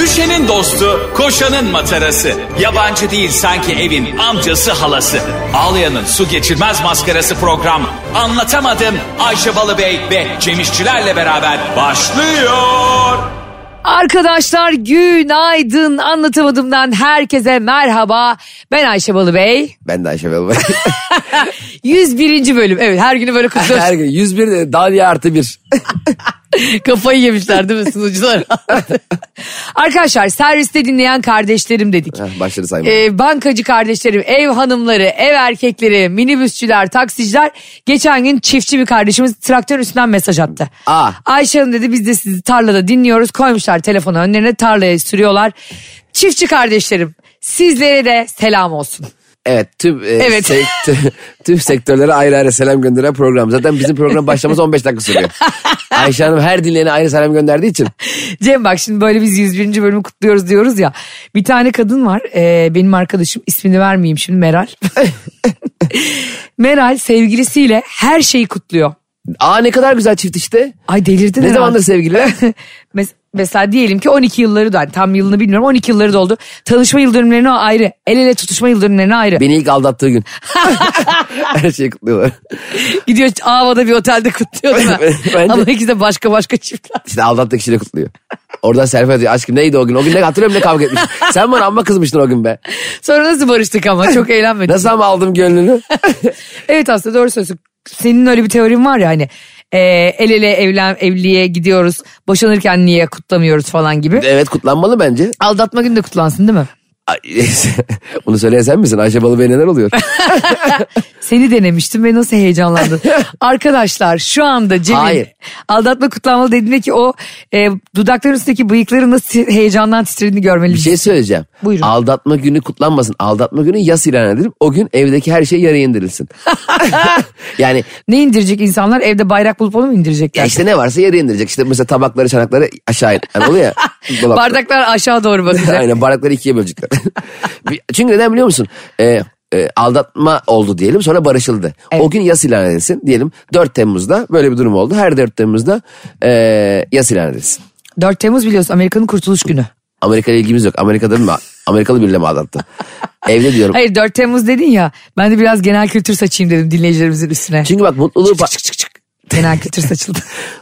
Ayşe'nin dostu, koşanın matarası. Yabancı değil sanki evin amcası halası. Ağlayan'ın su geçirmez maskarası program. Anlatamadım Ayşe Balıbey ve Cemişçilerle beraber başlıyor. Arkadaşlar günaydın anlatamadımdan herkese merhaba. Ben Ayşe Balıbey. Ben de Ayşe Bey. 101. bölüm. Evet her günü böyle kutluyoruz. Her gün 101 de daha diye artı bir. Kafayı yemişler değil mi sunucular? Arkadaşlar serviste dinleyen kardeşlerim dedik. Heh, Başladı sayma. Ee, bankacı kardeşlerim, ev hanımları, ev erkekleri, minibüsçüler, taksiciler. Geçen gün çiftçi bir kardeşimiz traktör üstünden mesaj attı. Aa. Ayşe Hanım dedi biz de sizi tarlada dinliyoruz. Koymuşlar telefonu önlerine tarlaya sürüyorlar. Çiftçi kardeşlerim sizlere de selam olsun. evet tüm, e, Evet. sekt- tüm sektörlere ayrı ayrı selam gönderen program. Zaten bizim program başlaması 15 dakika sürüyor. Ayşe Hanım her dinleyene ayrı selam gönderdiği için. Cem bak şimdi böyle biz 101. bölümü kutluyoruz diyoruz ya. Bir tane kadın var e, benim arkadaşım ismini vermeyeyim şimdi Meral. Meral sevgilisiyle her şeyi kutluyor. Aa ne kadar güzel çift işte. Ay delirdin Ne herhalde. zamandır sevgililer? Mes- mesela diyelim ki 12 yılları da hani tam yılını bilmiyorum 12 yılları doldu. Tanışma yıl dönümlerine ayrı. El ele tutuşma yıl dönümlerine ayrı. Beni ilk aldattığı gün. her şeyi kutluyorlar. Gidiyor Ava'da bir otelde kutluyor değil mi? Bence- Ama ikisi de başka başka çiftler. İşte aldattığı kişiyle kutluyor. Oradan selfie atıyor. Aşkım neydi o gün? O gün ne hatırlıyorum ne kavga etmiş. Sen bana amma kızmıştın o gün be. Sonra nasıl barıştık ama çok eğlenmedik. Nasıl ama aldım gönlünü? Evet aslında doğru söylüyorsun. Senin öyle bir teorin var ya hani e, el ele evlen, evliliğe gidiyoruz. Boşanırken niye kutlamıyoruz falan gibi. evet kutlanmalı bence. Aldatma günü de kutlansın değil mi? Ay, Bunu söyleyen sen misin? Ayşe Balıbey neler oluyor? Seni denemiştim ve nasıl heyecanlandın. Arkadaşlar şu anda Cem'in Hayır. aldatma kutlanmalı dediğinde ki o e, dudakların üstündeki bıyıkları nasıl heyecandan titrediğini görmeliyiz. Bir şey söyleyeceğim. Buyurun. Aldatma günü kutlanmasın. Aldatma günü yas ilan edilip o gün evdeki her şey yarı indirilsin. yani Ne indirecek insanlar evde bayrak bulup onu mu indirecekler? ya işte ne varsa yarı indirecek. İşte mesela tabakları çanakları aşağı in. Yani oluyor ya. dolapta. Bardaklar aşağı doğru bakacak. Aynen bardakları ikiye bölecekler. Bir- Çünkü neden biliyor musun? Ee, e, aldatma oldu diyelim sonra barışıldı. O gün yas ilan edilsin diyelim 4 Temmuz'da böyle bir durum oldu. Her 4 Temmuz'da e, yas ilan edilsin. 4 Temmuz biliyorsun Amerika'nın kurtuluş günü. Amerika'yla ilgimiz yok. Amerika'da mı? Amerikalı biriyle mi aldattı? Evde diyorum. Hayır 4 Temmuz dedin ya ben de biraz genel kültür saçayım dedim dinleyicilerimizin üstüne. Çünkü bak mutluluğu pa- Genel kültür saçıldı.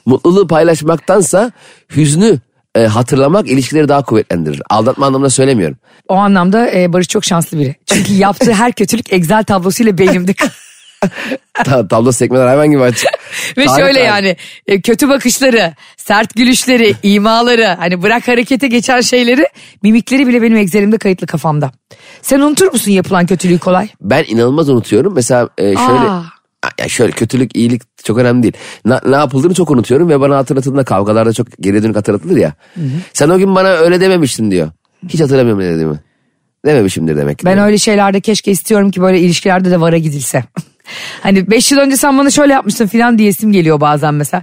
mutluluğu paylaşmaktansa hüznü e, hatırlamak ilişkileri daha kuvvetlendirir. Aldatma anlamında söylemiyorum. O anlamda e, Barış çok şanslı biri. Çünkü yaptığı her kötülük Excel tablosuyla beynimde kalıyor. Ta- tablo sekmeler hayvan gibi açık. Ve Tarih şöyle tarih. yani e, kötü bakışları, sert gülüşleri, imaları hani bırak harekete geçen şeyleri mimikleri bile benim egzelimde kayıtlı kafamda. Sen unutur musun yapılan kötülüğü kolay? Ben inanılmaz unutuyorum. Mesela e, şöyle Aa. Ya şöyle kötülük iyilik çok önemli değil. Na- ne yapıldığını çok unutuyorum ve bana hatırlatıldığında kavgalarda çok geri dönük hatırlatılır ya. Sen o gün bana öyle dememiştin diyor. Hiç hatırlamıyorum ne dediğimi. Dememişimdir demek ki. Ben diyor. öyle şeylerde keşke istiyorum ki böyle ilişkilerde de vara gidilse. hani 5 yıl önce sen bana şöyle yapmıştın filan diyesim geliyor bazen mesela.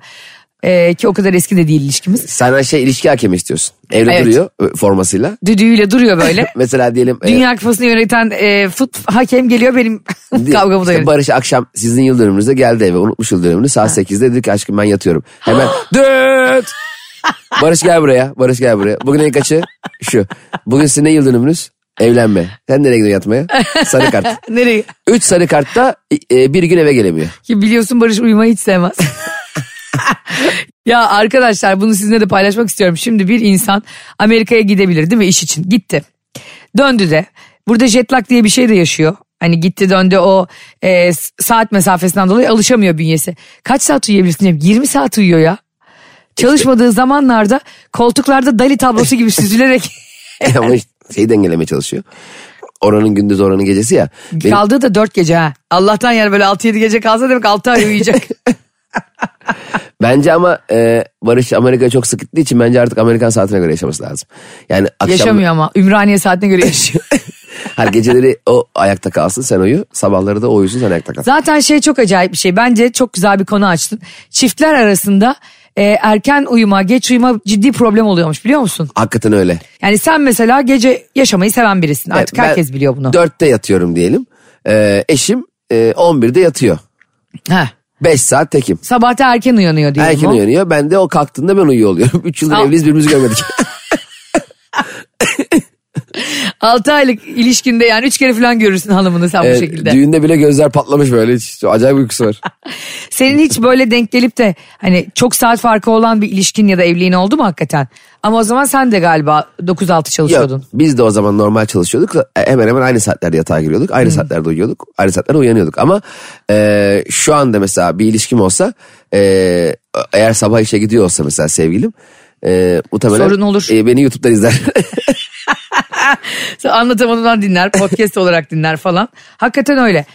E, ki o kadar eski de değil ilişkimiz. Sen şey ilişki hakemi istiyorsun. Evde Evet. duruyor e, formasıyla. Düdüğüyle duruyor böyle. Mesela diyelim e, Dünya kupasını yöneten e, fut, hakem geliyor benim kavgamı da işte yönetiyor. Barış akşam sizin yıl dönümünüzde geldi eve unutmuş yıl dönümünü saat 8'de dedi ki aşkım ben yatıyorum. Hemen dört. Barış gel buraya. Barış gel buraya. Bugün en kaçı? Şu. Bugün sizin ne yıl dönümünüz? Evlenme. Sen nereye gidiyorsun yatmaya? Sarı kart. Nereye? Üç sarı kartta e, bir gün eve gelemiyor. Ki biliyorsun Barış uyumayı hiç sevmez. ya arkadaşlar bunu sizinle de paylaşmak istiyorum. Şimdi bir insan Amerika'ya gidebilir değil mi iş için? Gitti. Döndü de. Burada jet lag diye bir şey de yaşıyor. Hani gitti döndü o e, s- saat mesafesinden dolayı alışamıyor bünyesi. Kaç saat uyuyabilirsin Cem? 20 saat uyuyor ya. Çalışmadığı zamanlarda koltuklarda Dali tablosu gibi süzülerek Ama işte şeyi dengelemeye çalışıyor. Oranın gündüz oranın gecesi ya. Benim- kaldığı da 4 gece ha. Allah'tan yani böyle 6-7 gece kalsa demek 6 ay uyuyacak. bence ama e, Barış Amerika'ya çok sık gittiği için bence artık Amerikan saatine göre yaşaması lazım. Yani akşam, Yaşamıyor ama Ümraniye saatine göre yaşıyor. Her geceleri o ayakta kalsın sen uyu. Sabahları da o uyusun sen ayakta kal. Zaten şey çok acayip bir şey. Bence çok güzel bir konu açtın. Çiftler arasında e, erken uyuma, geç uyuma ciddi problem oluyormuş biliyor musun? Hakikaten öyle. Yani sen mesela gece yaşamayı seven birisin. Artık Ben herkes biliyor bunu. Dörtte yatıyorum diyelim. E, eşim e, 11'de yatıyor. Heh. 5 saat tekim. Sabahta erken uyanıyor diyelim Erken o. uyanıyor. Ben de o kalktığında ben uyuyor oluyorum. 3 yıldır Al. evliyiz birbirimizi görmedik. 6 aylık ilişkinde yani 3 kere falan görürsün hanımını sen bu Evet, şekilde. Düğünde bile gözler patlamış böyle. Hiç, acayip uykusu var. Senin hiç böyle denk gelip de hani çok saat farkı olan bir ilişkin ya da evliliğin oldu mu hakikaten? Ama o zaman sen de galiba 9-6 Yok, çalışıyordun. biz de o zaman normal çalışıyorduk. E, Hemen hemen aynı saatlerde yatağa giriyorduk. Aynı saatlerde uyuyorduk. Aynı saatlerde uyanıyorduk. Ama e, şu anda mesela bir ilişkim olsa e, eğer sabah işe gidiyor olsa mesela sevgilim e, muhtemelen Sorun olur. e, beni YouTube'dan izler. Sen Anlatamadığından dinler, podcast olarak dinler falan. Hakikaten öyle.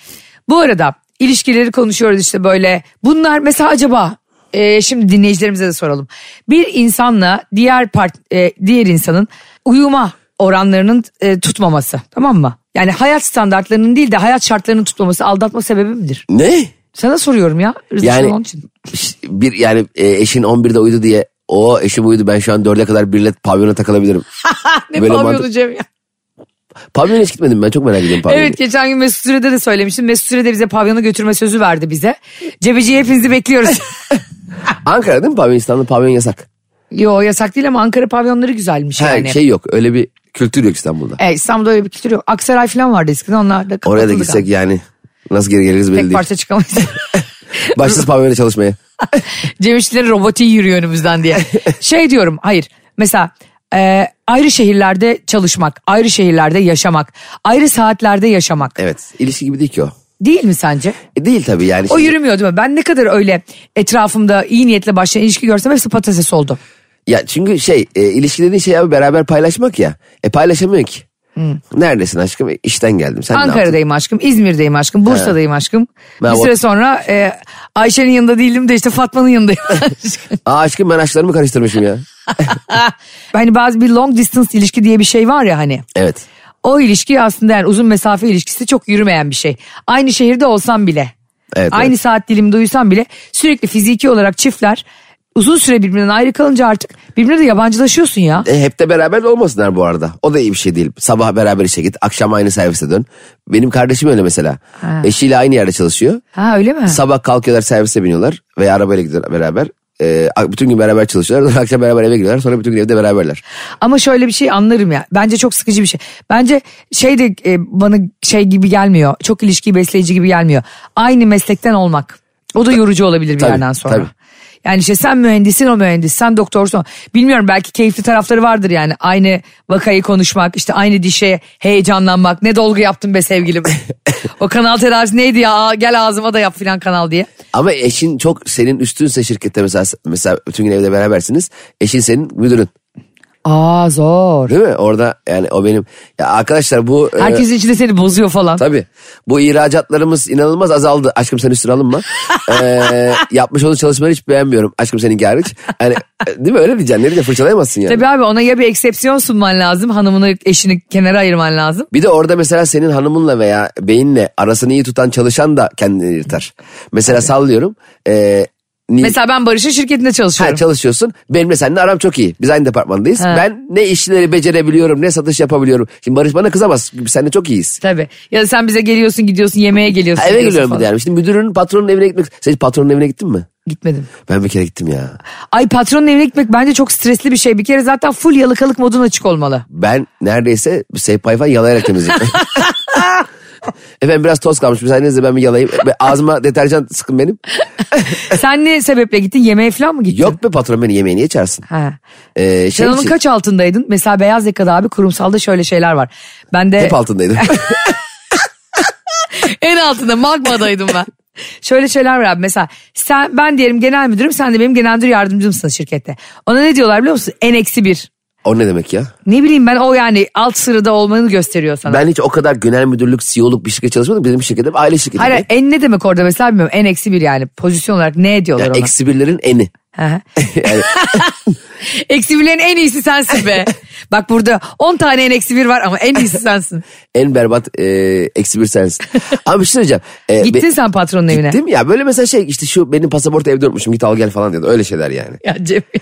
Bu arada ilişkileri konuşuyoruz işte böyle. Bunlar mesela acaba e, şimdi dinleyicilerimize de soralım. Bir insanla diğer part, e, diğer insanın uyuma oranlarının e, tutmaması tamam mı? Yani hayat standartlarının değil de hayat şartlarının tutmaması aldatma sebebi midir? ne? Sana soruyorum ya. Rıza Yani- onun için. Bir yani e, eşin 11'de uyudu diye o eşim uyudu ben şu an 4'e kadar birle pavyona takılabilirim. Ne Böyle pavyonu mantık- Cem ya? Pavyona hiç gitmedim ben çok merak ediyorum pavyonu. Evet geçen gün Mesut Süre'de de söylemiştim. Mesut Süre de bize pavyona götürme sözü verdi bize. Cebeci'yi hepinizi bekliyoruz. Ankara değil mi pavyon İstanbul'da pavyon yasak. Yo yasak değil ama Ankara pavyonları güzelmiş Ha, yani. Şey yok öyle bir kültür yok İstanbul'da. E, İstanbul'da öyle bir kültür yok. Aksaray falan vardı eskiden onlar da Oraya da kapatıldı gitsek galiba. yani nasıl geri geliriz belli Tek değil. parça çıkamayız. Başsız pavyona çalışmaya. Cem İşçilerin robotiği yürüyor önümüzden diye. Şey diyorum hayır mesela e, ayrı şehirlerde çalışmak, ayrı şehirlerde yaşamak, ayrı saatlerde yaşamak Evet. ilişki gibi değil ki o. değil mi sence? E, değil tabii yani. O Şimdi- yürümüyor değil mi? Ben ne kadar öyle etrafımda iyi niyetle başlayan ilişki görsem hepsi patates oldu. Ya çünkü şey e, ilişki dediğin şey abi beraber paylaşmak ya. E paylaşamıyor ki. Hmm. Neredesin aşkım? E, İşten geldim. Sen ne yaptın? Ankara'dayım aşkım, İzmir'deyim aşkım, Bursa'dayım aşkım. Ben bir o- süre sonra e, Ayşe'nin yanında değildim de işte Fatma'nın yanındayım. Aa aşkım ben aşklarımı karıştırmışım ya. hani bazı bir long distance ilişki diye bir şey var ya hani. Evet. O ilişki aslında yani uzun mesafe ilişkisi çok yürümeyen bir şey. Aynı şehirde olsam bile. Evet, aynı evet. saat diliminde uyusam bile sürekli fiziki olarak çiftler uzun süre birbirinden ayrı kalınca artık birbirine de yabancılaşıyorsun ya. E, hep de beraber de olmasınlar bu arada. O da iyi bir şey değil. Sabah beraber işe git. Akşam aynı servise dön. Benim kardeşim öyle mesela. Ha. Eşiyle aynı yerde çalışıyor. Ha öyle mi? Sabah kalkıyorlar servise biniyorlar. Veya arabayla gidiyorlar beraber. E, bütün gün beraber çalışıyorlar. Sonra akşam beraber eve gidiyorlar. Sonra bütün gün evde beraberler. Ama şöyle bir şey anlarım ya. Bence çok sıkıcı bir şey. Bence şey de e, bana şey gibi gelmiyor. Çok ilişkiyi besleyici gibi gelmiyor. Aynı meslekten olmak. O da yorucu olabilir bir Tabii, yerden sonra. tabii. Yani işte sen mühendisin o mühendis, sen doktorsun. o. Bilmiyorum belki keyifli tarafları vardır yani. Aynı vakayı konuşmak, işte aynı dişe heyecanlanmak. Ne dolgu yaptın be sevgilim. o kanal tedavisi neydi ya? Aa, Gel ağzıma da yap filan kanal diye. Ama eşin çok senin üstünse şirkette mesela mesela bütün gün evde berabersiniz. Eşin senin müdürün. Aa zor. Değil mi? Orada yani o benim. Ya arkadaşlar bu e, Herkesin içinde seni bozuyor falan. tabii. Bu ihracatlarımız inanılmaz azaldı. Aşkım sen üstüne alınma. E, yapmış olduğun çalışmaları hiç beğenmiyorum. Aşkım senin hariç. Hani e, değil mi öyle diyeceksin. Ne diyeceksin fırçalayamazsın yani. Tabii abi ona ya bir eksepsiyon sunman lazım. Hanımını eşini kenara ayırman lazım. Bir de orada mesela senin hanımınla veya beyinle arasını iyi tutan çalışan da kendini yırtar. Mesela sallıyorum. E, ni- Mesela ben Barış'ın şirketinde Ha, çalışıyorum. çalışıyorsun. Benimle seninle aram çok iyi. Biz aynı departmandayız. Ha. Ben ne işleri becerebiliyorum ne satış yapabiliyorum. Şimdi Barış bana kızamaz. Seninle çok iyiyiz. Tabii. Ya da sen bize geliyorsun gidiyorsun yemeğe geliyorsun. Ha, eve gidiyorsun geliyorum bir de falan. yani. Şimdi müdürün patronun evine gitmek. Sen hiç patronun evine gittin mi? Gitmedim. Ben bir kere gittim ya. Ay patronun evine gitmek bence çok stresli bir şey. Bir kere zaten full yalıkalık modun açık olmalı. Ben neredeyse sehpayı falan yalayarak temizledim. Efendim biraz toz kalmış. Müsaadenizle ben bir yalayayım. Ben- Ağzıma deterjan sıkın benim. Sen ne sebeple gittin? Yemeğe falan mı gittin? Eh. Yok be patron beni yemeğe niye çağırsın? Ha. Ee, şey Sen onun için- kaç altındaydın? Mesela beyaz yakada abi kurumsalda şöyle şeyler var. Ben de Hep altındaydım. en altında magmadaydım ben. Şöyle şeyler var abi mesela sen, ben diyelim genel müdürüm sen de benim genel müdür yardımcımsın şirkette. Ona ne diyorlar biliyor musun? En eksi bir. o ne demek ya? Ne bileyim ben o yani alt sırada olmanı gösteriyor sana. Ben hiç o kadar genel müdürlük, CEO'luk bir şirkette çalışmadım. Bizim şirketim aile şirketi. Hayır hayır, en ne demek orada mesela bilmiyorum. En eksi bir yani pozisyon olarak ne diyorlar Yani ona. eksi birlerin eni. Hı hı. Yani eksi birlerin en iyisi sensin be. Bak burada 10 tane en eksi bir var ama en iyisi sensin. en berbat e, eksi bir sensin. Ama bir şey söyleyeceğim. E, Gittin be- sen patronun evine. Gittim ya böyle mesela şey işte şu benim pasaportu evde unutmuşum git al gel falan diyordu. Öyle şeyler yani. Ya Cem ya.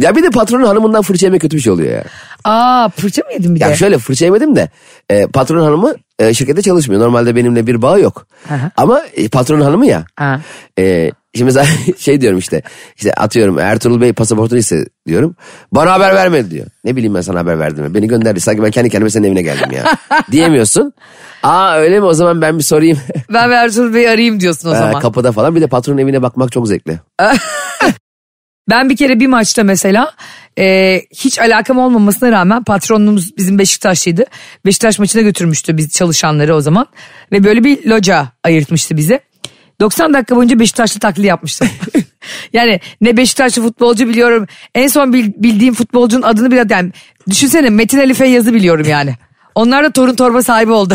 Ya bir de patronun hanımından fırça yemek kötü bir şey oluyor ya. Aa fırça mı yedin bir Ya de? şöyle fırça yemedim de e, patron hanımı e, şirkette çalışmıyor. Normalde benimle bir bağı yok. Aha. Ama e, patron hanımı ya. Ha. E, şimdi mesela şey diyorum işte. işte atıyorum Ertuğrul Bey pasaportunu iste diyorum. Bana haber vermedi diyor. Ne bileyim ben sana haber verdim. mi? Beni gönderdi. Sanki ben kendi kendime senin evine geldim ya. Diyemiyorsun. Aa öyle mi o zaman ben bir sorayım. Ben ve Ertuğrul Bey'i arayayım diyorsun o Ee, zaman. kapıda falan. Bir de patronun evine bakmak çok zevkli. Ben bir kere bir maçta mesela e, hiç alakam olmamasına rağmen patronumuz bizim Beşiktaşlıydı. Beşiktaş maçına götürmüştü biz çalışanları o zaman. Ve böyle bir loca ayırtmıştı bize. 90 dakika boyunca Beşiktaşlı taklidi yapmıştım. yani ne Beşiktaşlı futbolcu biliyorum. En son bil- bildiğim futbolcunun adını bile yani düşünsene Metin Ali Feyyaz'ı biliyorum yani. Onlar da torun torba sahibi oldu.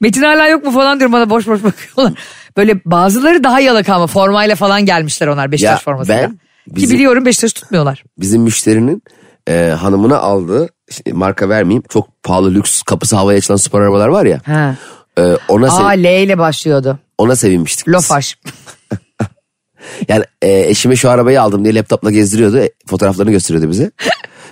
Metin hala yok mu falan diyorum bana boş boş bakıyorlar. Böyle bazıları daha yalaka ama formayla falan gelmişler onlar Beşiktaş Ya formasıyla. ben Ki bizim- biliyorum Beşiktaş tutmuyorlar. bizim müşterinin e, hanımına aldığı şimdi marka vermeyeyim çok pahalı lüks kapısı havaya açılan spor arabalar var ya. Ha. E, ona Aa sev- L ile başlıyordu. ona sevinmiştik. biz. Lofaş. Yani e, eşime şu arabayı aldım diye laptopla gezdiriyordu. e, fotoğraflarını gösteriyordu bize.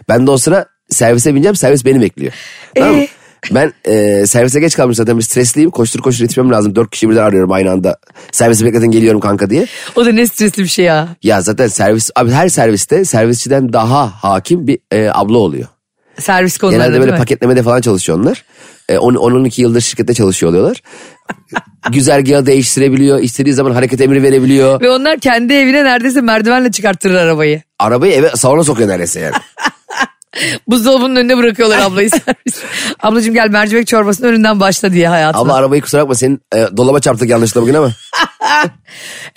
ben de o sıra servise bineceğim servis beni bekliyor. Tamam mı? Ee? Ben e, servise geç kalmış zaten bir stresliyim. Koştur koştur yetişmem lazım. Dört kişi birden arıyorum aynı anda. Servisi bekletin geliyorum kanka diye. O da ne stresli bir şey ya. Ya zaten servis abi her serviste servisçiden daha hakim bir e, abla oluyor. Servis konuları Genelde değil böyle mi? paketlemede falan çalışıyor onlar. E, 10-12 yıldır şirkette çalışıyor oluyorlar. Güzergahı değiştirebiliyor. istediği zaman hareket emri verebiliyor. Ve onlar kendi evine neredeyse merdivenle çıkarttırır arabayı. Arabayı eve salona sokuyor neredeyse yani. Buzdolabının önüne bırakıyorlar ablayı servis. Ablacığım gel mercimek çorbasının önünden başla diye hayatına. Abla arabayı kusura bakma senin e, dolaba çarptık yanlışlıkla bugün ama.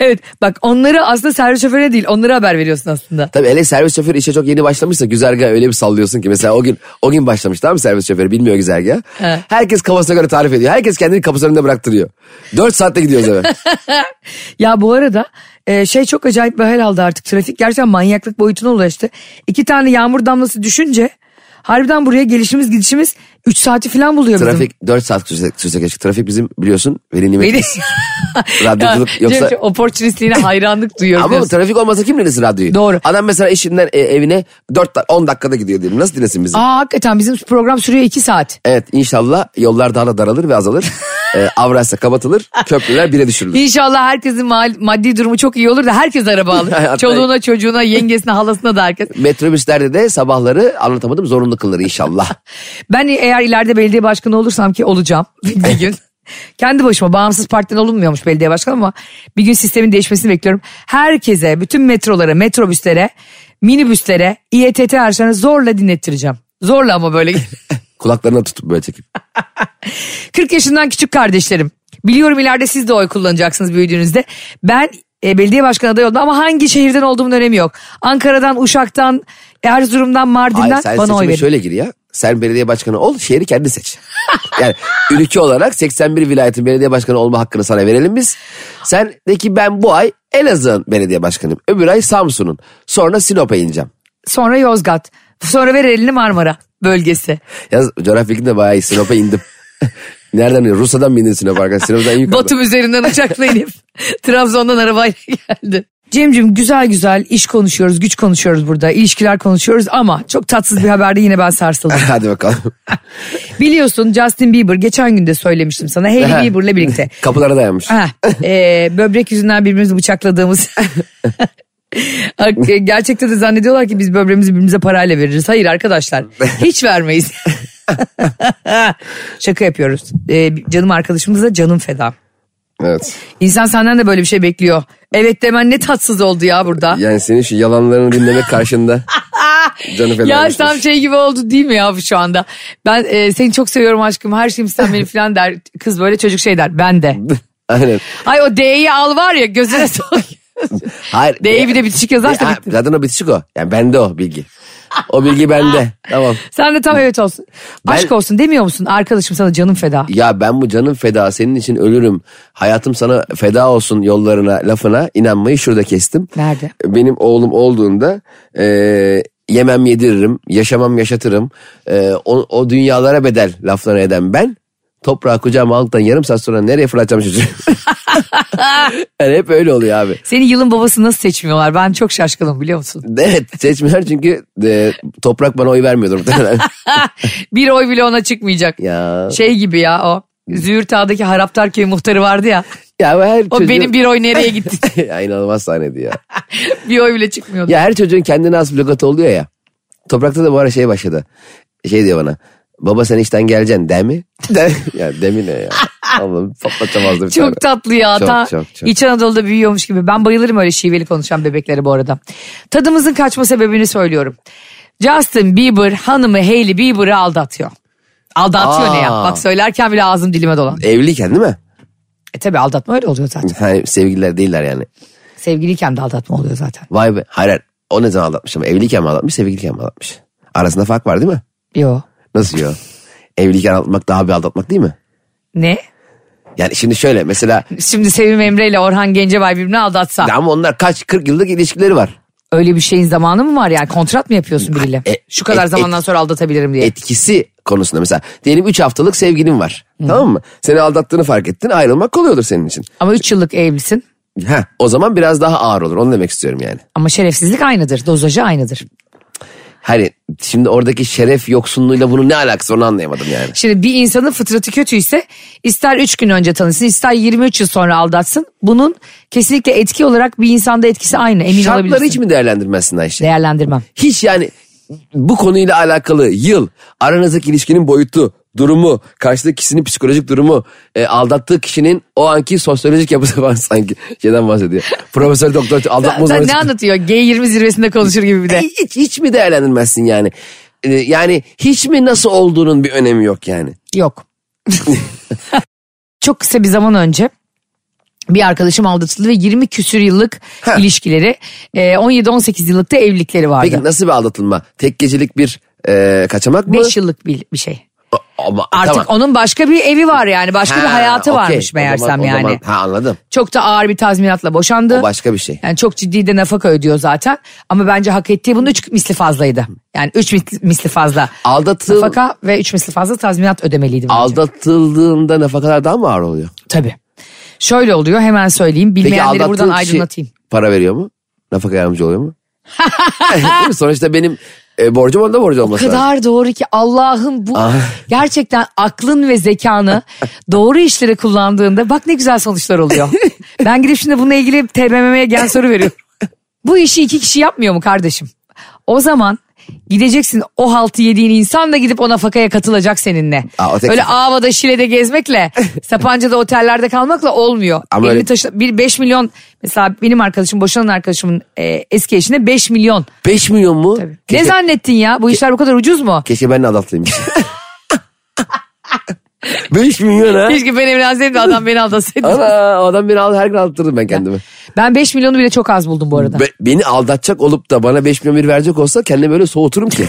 Evet bak onları aslında servis şoförüne değil onlara haber veriyorsun aslında. Tabii hele servis şoförü işe çok yeni başlamışsa güzergahı öyle bir sallıyorsun ki. Mesela o gün o gün başlamış tamam mı servis şoförü bilmiyor güzergahı. He. Herkes kafasına göre tarif ediyor. Herkes kendini kapısının önünde bıraktırıyor. 4 saatte gidiyoruz eve. Ya bu arada e, şey çok acayip bir hal aldı artık. Trafik gerçekten manyaklık boyutuna ulaştı. İki tane yağmur damlası düşünce harbiden buraya gelişimiz gidişimiz 3 saati falan buluyor bizim. Trafik 4 saat sürse, sürse keşke. Trafik bizim biliyorsun veli Beni... nimetimiz. Radyoculuk Ya, yoksa- Cem, opportunistliğine hayranlık duyuyorum. Ama bu diyorsun. trafik olmasa kim dinlesin radyoyu? Doğru. Adam mesela eşinden e, evine 4 10 dakikada gidiyor diyelim. Nasıl dinlesin bizi? Aa hakikaten bizim program sürüyor 2 saat. Evet inşallah yollar daha da daralır ve azalır. e, Avrasya kapatılır, köprüler bire düşürülür. İnşallah herkesin mal- maddi durumu çok iyi olur da herkes araba Hayatta- alır. Çoluğuna çocuğuna yengesine halasına da herkes. Metrobüslerde de sabahları anlatamadım zorunlu kılınır inşallah. Ben eğer ileride belediye başkanı olursam ki olacağım bir gün. Kendi başıma bağımsız partiden olunmuyormuş belediye başkanı ama bir gün sistemin değişmesini bekliyorum. Herkese, bütün metrolara, metrobüslere, minibüslere, İETT araçlarına zorla dinlettireceğim. Zorla ama böyle. Kulaklarına tutup böyle çekip. 40 yaşından küçük kardeşlerim. Biliyorum ileride siz de oy kullanacaksınız büyüdüğünüzde. Ben e, belediye başkanı adayı oldum ama hangi şehirden olduğumun önemi yok. Ankara'dan, Uşak'tan, Erzurum'dan, Hayır Mardin'den sen bana oy seçime verin. şöyle gir ya. Sen belediye başkanı ol, şehri kendi seç. Yani ülke olarak 81 vilayetin belediye başkanı olma hakkını sana verelim biz. Sen de ki ben bu ay Elazığ'ın belediye başkanıyım. Öbür ay Samsun'un. Sonra Sinop'a ineceğim. Sonra Yozgat. Sonra ver elini Marmara bölgesi. Yalnız coğrafya bilgin de bayağı iyi. Sinop'a indim. Nereden indin? Rusya'dan mı indin Sinop'a arkadaş? Sinop'tan en yukarıda. Batum üzerinden uçakla inip Trabzon'dan arabayla geldi. Cem'cim güzel güzel iş konuşuyoruz, güç konuşuyoruz burada, ilişkiler konuşuyoruz ama çok tatsız bir haberde yine ben sarsıldım. Hadi bakalım. Biliyorsun Justin Bieber geçen gün de söylemiştim sana Hailey Bieber'la birlikte. Kapılara dayanmış. Ha, e, böbrek yüzünden birbirimizi bıçakladığımız. Gerçekte de zannediyorlar ki biz böbreğimizi birbirimize parayla veririz. Hayır arkadaşlar hiç vermeyiz. Şaka yapıyoruz. E, canım arkadaşımıza canım feda. Evet. İnsan senden de böyle bir şey bekliyor. Evet demen ne tatsız oldu ya burada. Ya, Yani senin şu yalanlarını dinlemek karşında canı feda olmuştur. tam şey gibi oldu değil mi ya bu şu anda? Ben e, seni çok seviyorum aşkım her şeyim sen benim falan der. Kız böyle çocuk şey der ben de. Aynen. Ay o D'yi al var ya gözüne sok. Hayır. D'yi bir de bitişik yazarsa Ha, bitti. zaten o bitişik o. Yani bende o bilgi. O bilgi bende. Tamam. Sen de tam evet olsun. Ben- Aşk olsun demiyor musun? Arkadaşım sana canım feda. Ya ben bu canım feda senin için ölürüm. Hayatım sana feda olsun yollarına lafına inanmayı şurada kestim. Nerede? Benim oğlum olduğunda eee, yemem E, yediririm, yaşamam yaşatırım. Eee, o, o dünyalara bedel lafları eden ben Toprağı kucağıma aldıktan yarım saat sonra nereye fırlatacağım çocuğu? yani hep öyle oluyor abi. Seni yılın babası nasıl seçmiyorlar? Ben çok şaşkınım biliyor musun? Evet seçmeler çünkü e, toprak bana oy vermiyordur. muhtemelen. Bir oy bile ona çıkmayacak. ya. Şey gibi ya o. Züğürt Ağa'daki Haraptar Köyü muhtarı vardı ya. ya her O çocuğun- benim bir oy nereye gitti? ya inanılmaz sahneydi ya. bir oy bile çıkmıyordu. Ya her çocuğun kendine has bir lügatı oluyor ya. Toprakta da bu ara şey başladı. Şey diyor bana. Baba sen işten geleceksin değil mi? De, ya demi ne ya? Allah'ım patlatamazdı bir tane. Çok tatlı ya. Çok, Ta çok, çok. İç Anadolu'da büyüyormuş gibi. Ben bayılırım öyle şiveli konuşan bebeklere bu arada. Tadımızın kaçma sebebini söylüyorum. Justin Bieber hanımı Hailey Bieber'ı aldatıyor. Aldatıyor Aa. ne ya? Bak söylerken bile ağzım dilime dolan. Evliyken değil mi? E tabi aldatma öyle oluyor zaten. Yani sevgililer değiller yani. Sevgiliyken de aldatma oluyor zaten. Vay be. Hayır hayır. O ne zaman aldatmış ama evliyken mi aldatmış sevgiliyken mi aldatmış? Arasında fark var değil mi? Yo. Nasıl ya? evliyken aldatmak daha bir aldatmak değil mi? Ne? Yani şimdi şöyle mesela Şimdi Sevim Emre ile Orhan Gencebay birbirini aldatsa. ama onlar kaç 40 yıllık ilişkileri var. Öyle bir şeyin zamanı mı var yani? Kontrat mı yapıyorsun biriyle? E, Şu kadar e, zamandan et- sonra aldatabilirim diye. Etkisi konusunda mesela diyelim 3 haftalık sevgilin var. Tamam mı? Seni aldattığını fark ettin ayrılmak kolay olur senin için. Ama 3 yıllık evlisin. Heh, o zaman biraz daha ağır olur onu demek istiyorum yani. Ama şerefsizlik aynıdır. Dozajı aynıdır. Hani şimdi oradaki şeref yoksunluğuyla bunun ne alakası onu anlayamadım yani. Şimdi bir insanın fıtratı kötüyse ister 3 gün önce tanısın ister 23 yıl sonra aldatsın. Bunun kesinlikle etki olarak bir insanda etkisi aynı emin Şartları olabilirsin. hiç mi değerlendirmezsin Ayşe? Değerlendirmem. Hiç yani bu konuyla alakalı yıl, aranızdaki ilişkinin boyutu, durumu, karşıdaki kişinin psikolojik durumu, e, aldattığı kişinin o anki sosyolojik yapısı var sanki. Şeyden bahsediyor. Profesör doktor aldatma Sen uzmanı. ne anlatıyor? G20 zirvesinde konuşur gibi bir de. hiç, hiç mi değerlendirmezsin yani? E, yani hiç mi nasıl olduğunun bir önemi yok yani? Yok. Çok kısa bir zaman önce bir arkadaşım aldatıldı ve 20 küsür yıllık Heh. ilişkileri e, 17-18 yıllıkta evlilikleri vardı. Peki nasıl bir aldatılma? Tek gecelik bir e, kaçamak mı? 5 yıllık bir, bir şey. Ama, Artık tamam. onun başka bir evi var yani başka bir Ha, hayatı okey. varmış O zaman- meğersem o yani. zaman- ha anladım. Çok da ağır bir tazminatla boşandı. O başka bir şey. Yani çok ciddi de nafaka ödüyor zaten. Ama bence hak ettiği bunun üç misli fazlaydı. Yani üç misli- misli fazla. Aldatıl, Nafaka ve üç misli fazla tazminat ödemeliydi bence. aldatıldığında nafakalar daha mı ağır oluyor? Tabii. Şöyle oluyor hemen söyleyeyim. Bilmeyenleri buradan aldattığın kişi aydınlatayım. Para veriyor mu? Nafaka yardımcı oluyor mu? Değil mi? Sonuçta benim e, borcum onda borcu O olması lazım. kadar doğru ki Allah'ım bu Ah. gerçekten aklın ve zekanı doğru işlere kullandığında bak ne güzel sonuçlar oluyor. ben gidip şimdi bununla ilgili TBMM'ye gel soru veriyorum. bu işi iki kişi yapmıyor mu kardeşim? O zaman gideceksin o haltı yediğin insan da gidip o nafakaya katılacak seninle. Aa, o tek- öyle Ava'da Şile'de gezmekle Sapanca'da otellerde kalmakla olmuyor. Ama Elini öyle- taşı- bir 5 milyon mesela benim arkadaşım boşanan arkadaşımın e, eski eşine 5 milyon 5 milyon mu? ne Keşke, zannettin ya? Bu işler bu kadar ucuz mu? keşke ben de aldatlıymış. 5 milyon ha? Keşke ben evlenseydim de adam beni aldatsaydı. Ana o adam beni aldı her gün aldattırdım ben kendimi. Ben 5 milyonu bile çok az buldum bu arada. Be- beni aldatacak olup da bana 5 milyon bir verecek olsa kendimi böyle soğuturum ki.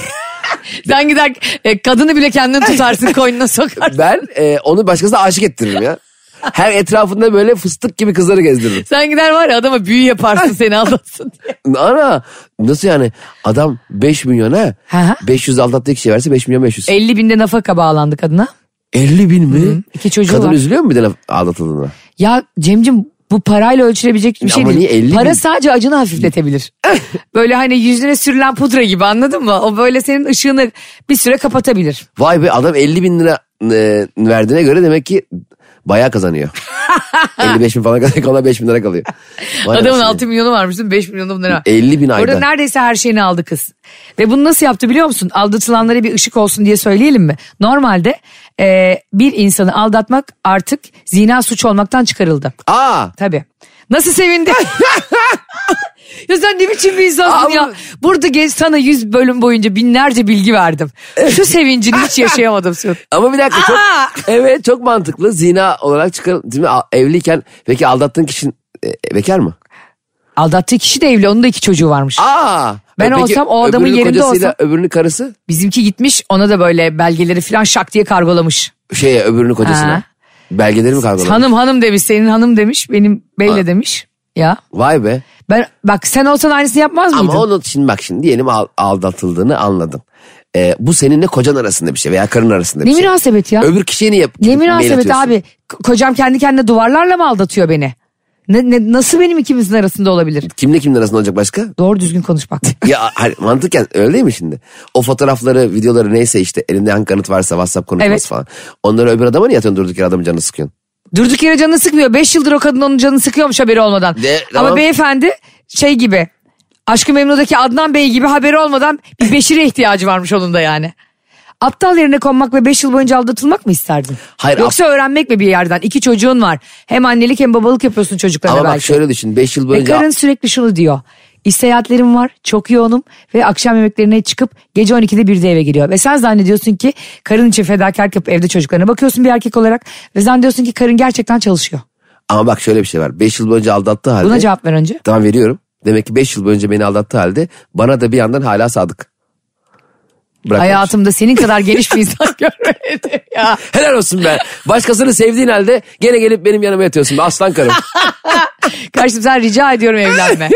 Sen gider e, kadını bile kendin tutarsın koynuna sokarsın. ben e, onu başkasına aşık ettiririm ya. Her etrafında böyle fıstık gibi kızları gezdiririm. Sen gider var ya adama büyü yaparsın seni aldatsın diye. Ana nasıl yani adam 5 milyon ha? Hı hı. 500 aldattığı kişiye verse 5 milyon 500. 50 binde nafaka bağlandı kadına. 50 bin mi? İki çocuğu Kadın var. üzülüyor mu bir de aldatıldığına? Ya Cemcim bu parayla ölçülebilecek bir şey Ama niye değil. 50 Para bin? sadece acını hafifletebilir. böyle hani yüzüne sürülen pudra gibi anladın mı? O böyle senin ışığını bir süre kapatabilir. Vay be adam 50 bin lira e, verdiğine göre demek ki bayağı kazanıyor. 55 bin falan kazanıyor. Ona 5 bin lira kalıyor. Vay Adamın anasını. 6 milyonu varmış değil mi? 5 milyonu bunlara. 50 bin ayda. Orada neredeyse her şeyini aldı kız. Ve bunu nasıl yaptı biliyor musun? Aldatılanlara bir ışık olsun diye söyleyelim mi? Normalde e, bir insanı aldatmak artık zina suçu olmaktan çıkarıldı. Aa Tabii. Nasıl sevindi? ya sen ne biçim bir insansın Abi- ya? Burada gez sana 100 bölüm boyunca binlerce bilgi verdim. Şu sevincini hiç yaşayamadım. Suat. ama bir dakika çok, Aa! evet çok mantıklı. Zina olarak çıkar. Değil mi? Al- Evliyken peki aldattığın kişinin e, bekar mı? Aldattığı kişi de evli. Onun da iki çocuğu varmış. Aa. Ben olsam o adamın öbürünün yerinde kocasıyla olsam- Öbürünün karısı Bizimki gitmiş ona da böyle belgeleri falan şak diye kargolamış. şeye şey, öbürünün kocasına. Ha. Belgeleri mi kaldırdı? Hanım hanım demiş senin hanım demiş benim beyle Ha. demiş. Ya Vay be. ben bak sen olsan aynısını yapmaz mıydın? Ama onu şimdi bak şimdi diyelim al- aldatıldığını anladın. Ee, bu seninle kocan arasında bir şey veya karın arasında bir ne şey. münasebet ya? Öbür kişiye niye ne mail münasebet atıyorsun? abi? K- Kocam kendi kendine duvarlarla mı aldatıyor beni? Ne, ne- nasıl benim ikimizin arasında olabilir? Kimle kimin arasında olacak başka? Doğru düzgün konuş bak. ya hani mantıken öyle değil mi şimdi? O fotoğrafları, videoları neyse işte elinde hangi kanıt varsa WhatsApp konuşması Evet. falan. Onları öbür adama niye atıyorsun durduk yere adamın canını sıkıyorsun? Durduk yere canını sıkmıyor. Beş yıldır o kadın onun canını sıkıyormuş haberi olmadan. De, Ama tamam. beyefendi şey gibi Aşkı Memnu'daki Adnan Bey gibi haberi olmadan bir beşire ihtiyacı varmış onun da yani. Aptal yerine konmak ve beş yıl boyunca aldatılmak mı isterdin? Hayır, Yoksa öğrenmek mi bir yerden? İki çocuğun var. Hem annelik hem babalık yapıyorsun çocuklara Ama belki. bak şöyle düşün 5 yıl Ve boyunca... karın sürekli şunu diyor. İş seyahatlerim var, çok yoğunum ve akşam yemeklerine çıkıp gece 12'de bir de eve geliyor. Ve sen zannediyorsun ki karın için fedakarlık yapıp evde çocuklarına bakıyorsun bir erkek olarak ve zannediyorsun ki karın gerçekten çalışıyor. Ama bak şöyle bir şey var 5 yıl boyunca aldattığı halde... Buna cevap ver önce. Tamam veriyorum. Demek ki 5 yıl boyunca beni aldattığı halde bana da bir yandan hala sadık. Bırakmamış. Hayatımda senin kadar geniş bir insan görmedim ya. Helal olsun be. Başkasını sevdiğin halde gene gelip benim yanıma yatıyorsun be aslan karım. Karşım sen rica ediyorum evlenme.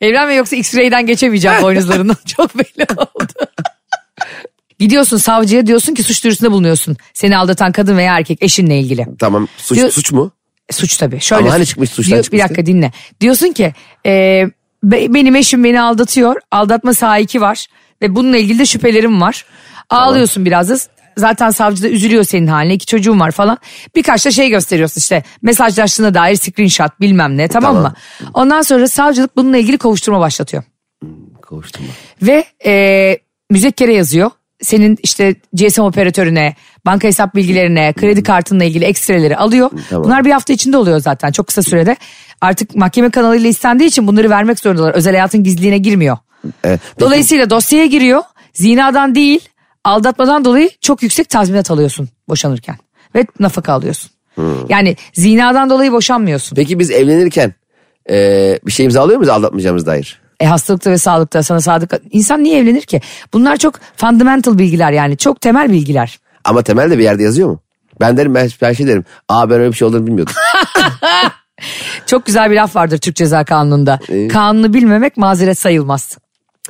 evlenme yoksa X-ray'den geçemeyeceğim boynuzlarından. Çok belli oldu. Gidiyorsun savcıya diyorsun ki suç duyurusunda bulunuyorsun. Seni aldatan kadın veya erkek eşinle ilgili. tamam suç, Diyor- suç mu? Suç tabii. Şöyle Ama hani suç. çıkmış, suçtan Diyor- Bir çıkmıştı. dakika dinle. Diyorsun ki e, be- benim eşim beni aldatıyor. Aldatma sahiki var. Ve bununla ilgili de şüphelerim var. Ağlıyorsun biraz da. Zaten savcı da üzülüyor senin haline. İki çocuğun var falan. Birkaç da şey gösteriyorsun işte. Mesajlaştığına dair screenshot bilmem ne tamam, Tamam. mı? Ondan sonra savcılık bununla ilgili kovuşturma başlatıyor. Kavuştum bak. Ve e, müzekkere yazıyor. Senin işte GSM operatörüne, banka hesap bilgilerine, kredi kartınla ilgili ekstreleri alıyor. Tamam. Bunlar bir hafta içinde oluyor zaten çok kısa sürede. Artık mahkeme kanalıyla istendiği için bunları vermek zorundalar. Özel hayatın gizliliğine girmiyor. Ee, Dolayısıyla dosyaya giriyor. Zinadan değil, aldatmadan dolayı çok yüksek tazminat alıyorsun boşanırken. Ve nafaka alıyorsun. Yani zinadan dolayı boşanmıyorsun. Peki biz evlenirken e, bir şey imzalıyor muyuz aldatmayacağımız dair? E, hastalıkta ve sağlıkta sana sadık. İnsan niye evlenir ki? Bunlar çok fundamental bilgiler yani. Çok temel bilgiler. Ama temelde bir yerde yazıyor mu? Ben derim ben, ben şey derim. Aa ben öyle bir şey olduğunu bilmiyordum. Çok güzel bir laf vardır Türk Ceza Kanunu'nda. Kanunu bilmemek mazeret sayılmaz.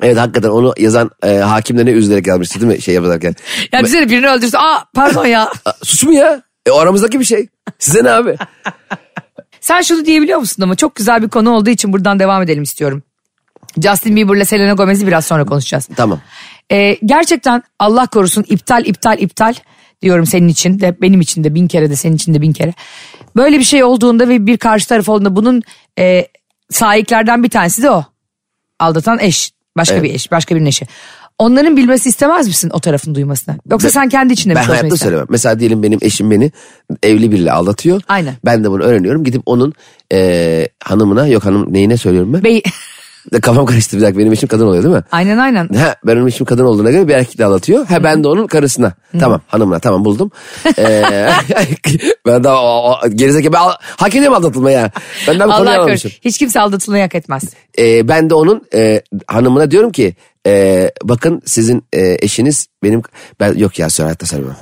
evet hakikaten onu yazan e, hakim de ne üzülerek yazmıştı değil mi şey yaparken. Ya bize de birini öldürse aa pardon ya. Aa, suç mu ya? E, o aramızdaki bir şey. Size ne abi? Sen şunu diyebiliyor musun ama çok güzel bir konu olduğu için buradan devam edelim istiyorum. Justin Bieber'la Selena Gomez'i biraz sonra konuşacağız. tamam. Ee, gerçekten Allah korusun iptal iptal iptal diyorum senin için de benim için de bin kere de senin için de bin kere. Böyle bir şey olduğunda ve bir karşı taraf olduğunda bunun e, sahiplerden bir tanesi de o. Aldatan eş. Başka Evet. bir eş. Başka birinin eşi. Onların bilmesi istemez misin o tarafın duymasını? Yoksa Ben- sen kendi içinde mi Ben hayatta çözmek ister- söylemem. Mesela diyelim benim eşim beni evli biriyle aldatıyor. Aynen. Ben de bunu öğreniyorum. Gidip onun e, hanımına yok hanım neyine söylüyorum ben? Bey- Kafam karıştı bir dakika benim eşim kadın oluyor değil mi? aynen aynen. Ha, ben onun eşim kadın olduğuna göre bir erkekle aldatıyor. Ha ben de onun karısına. Tamam hanımına tamam buldum. Ee, ben daha o, o, gerizekalı ben al- hak ediyorum aldatılmayı ya. Benden bu konuyu Allah almışım. korusun. Hiç kimse aldatılmayı hak etmez. Ee, ben de onun e, hanımına diyorum ki e, bakın sizin e, eşiniz benim ben yok ya sonra hayatta söylemem.